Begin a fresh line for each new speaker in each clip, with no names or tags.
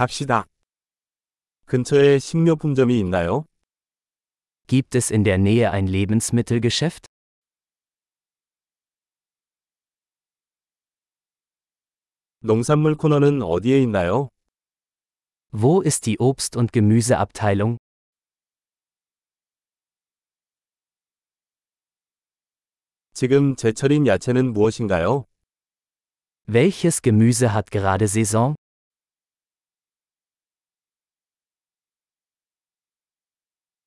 갑시다. 근처에 식료품점이 있나요?
Gibt es in der Nähe ein Lebensmittelgeschäft?
농산물 코너는 어디에 있나요?
Wo ist die Obst- und Gemüseabteilung?
지금 제철인 야채는 무엇인가요?
Welches Gemüse hat gerade Saison?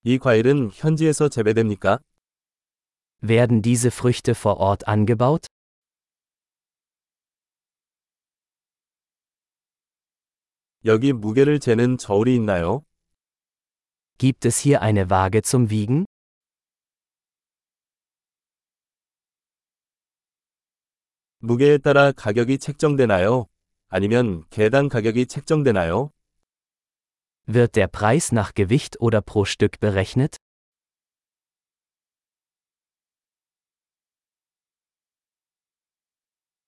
이 과일은 현지에서 재배됩니까?
Werden diese Früchte vor Ort angebaut?
여기 무게를 재는 저울이 있나요?
Gibt es hier eine Waage zum Wiegen?
무게에 따라 가격이 책정되나요? 아니면 개당 가격이 책정되나요?
Wird der Preis nach Gewicht oder pro Stück berechnet?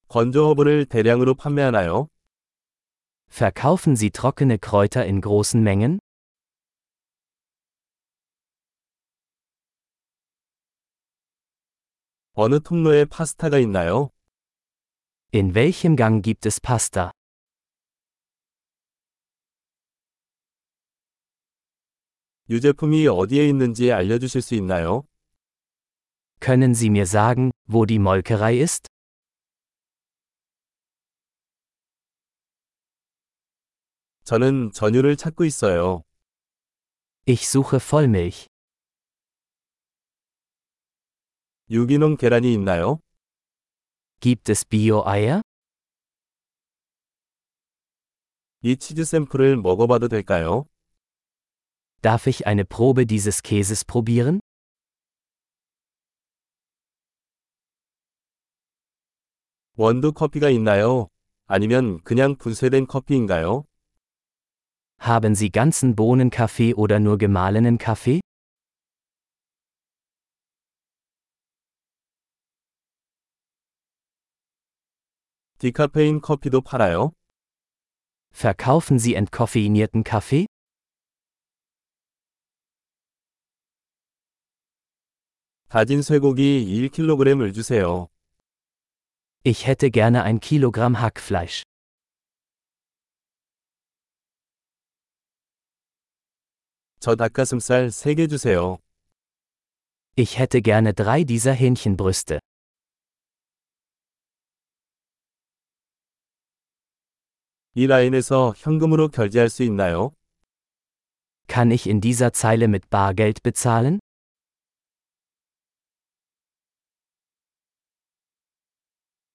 건조 허브를 대량으로 판매하나요?
Verkaufen Sie trockene Kräuter in großen Mengen?
어느 통로에 파스타가 있나요?
In welchem Gang gibt es Pasta?
유제품이 어디에 있는지 알려주실 수 있나요?
Können Sie mir sagen, wo die Molkerei ist?
저는 전유를 찾고 있어요.
Ich suche Vollmilch.
유기농 계란이 있나요?
Gibt es Bio-Eier?
이 치즈 샘플을 먹어봐도 될까요?
Darf ich eine Probe dieses Käses probieren?
원두 커피가 있나요? 아니면 그냥 분쇄된 커피인가요?
Haben Sie ganzen Bohnenkaffee oder nur gemahlenen Kaffee?
디카페인 커피도 팔아요?
Verkaufen Sie entkoffeinierten Kaffee?
다진 쇠고기 1kg을 주세요.
Ich hätte gerne ein Kilogramm Hackfleisch.
저 닭가슴살 3개 주세요.
Ich hätte gerne drei dieser Hähnchenbrüste.
이 라인에서 현금으로 결제할 수 있나요?
Kann ich in dieser Zeile mit Bargeld bezahlen?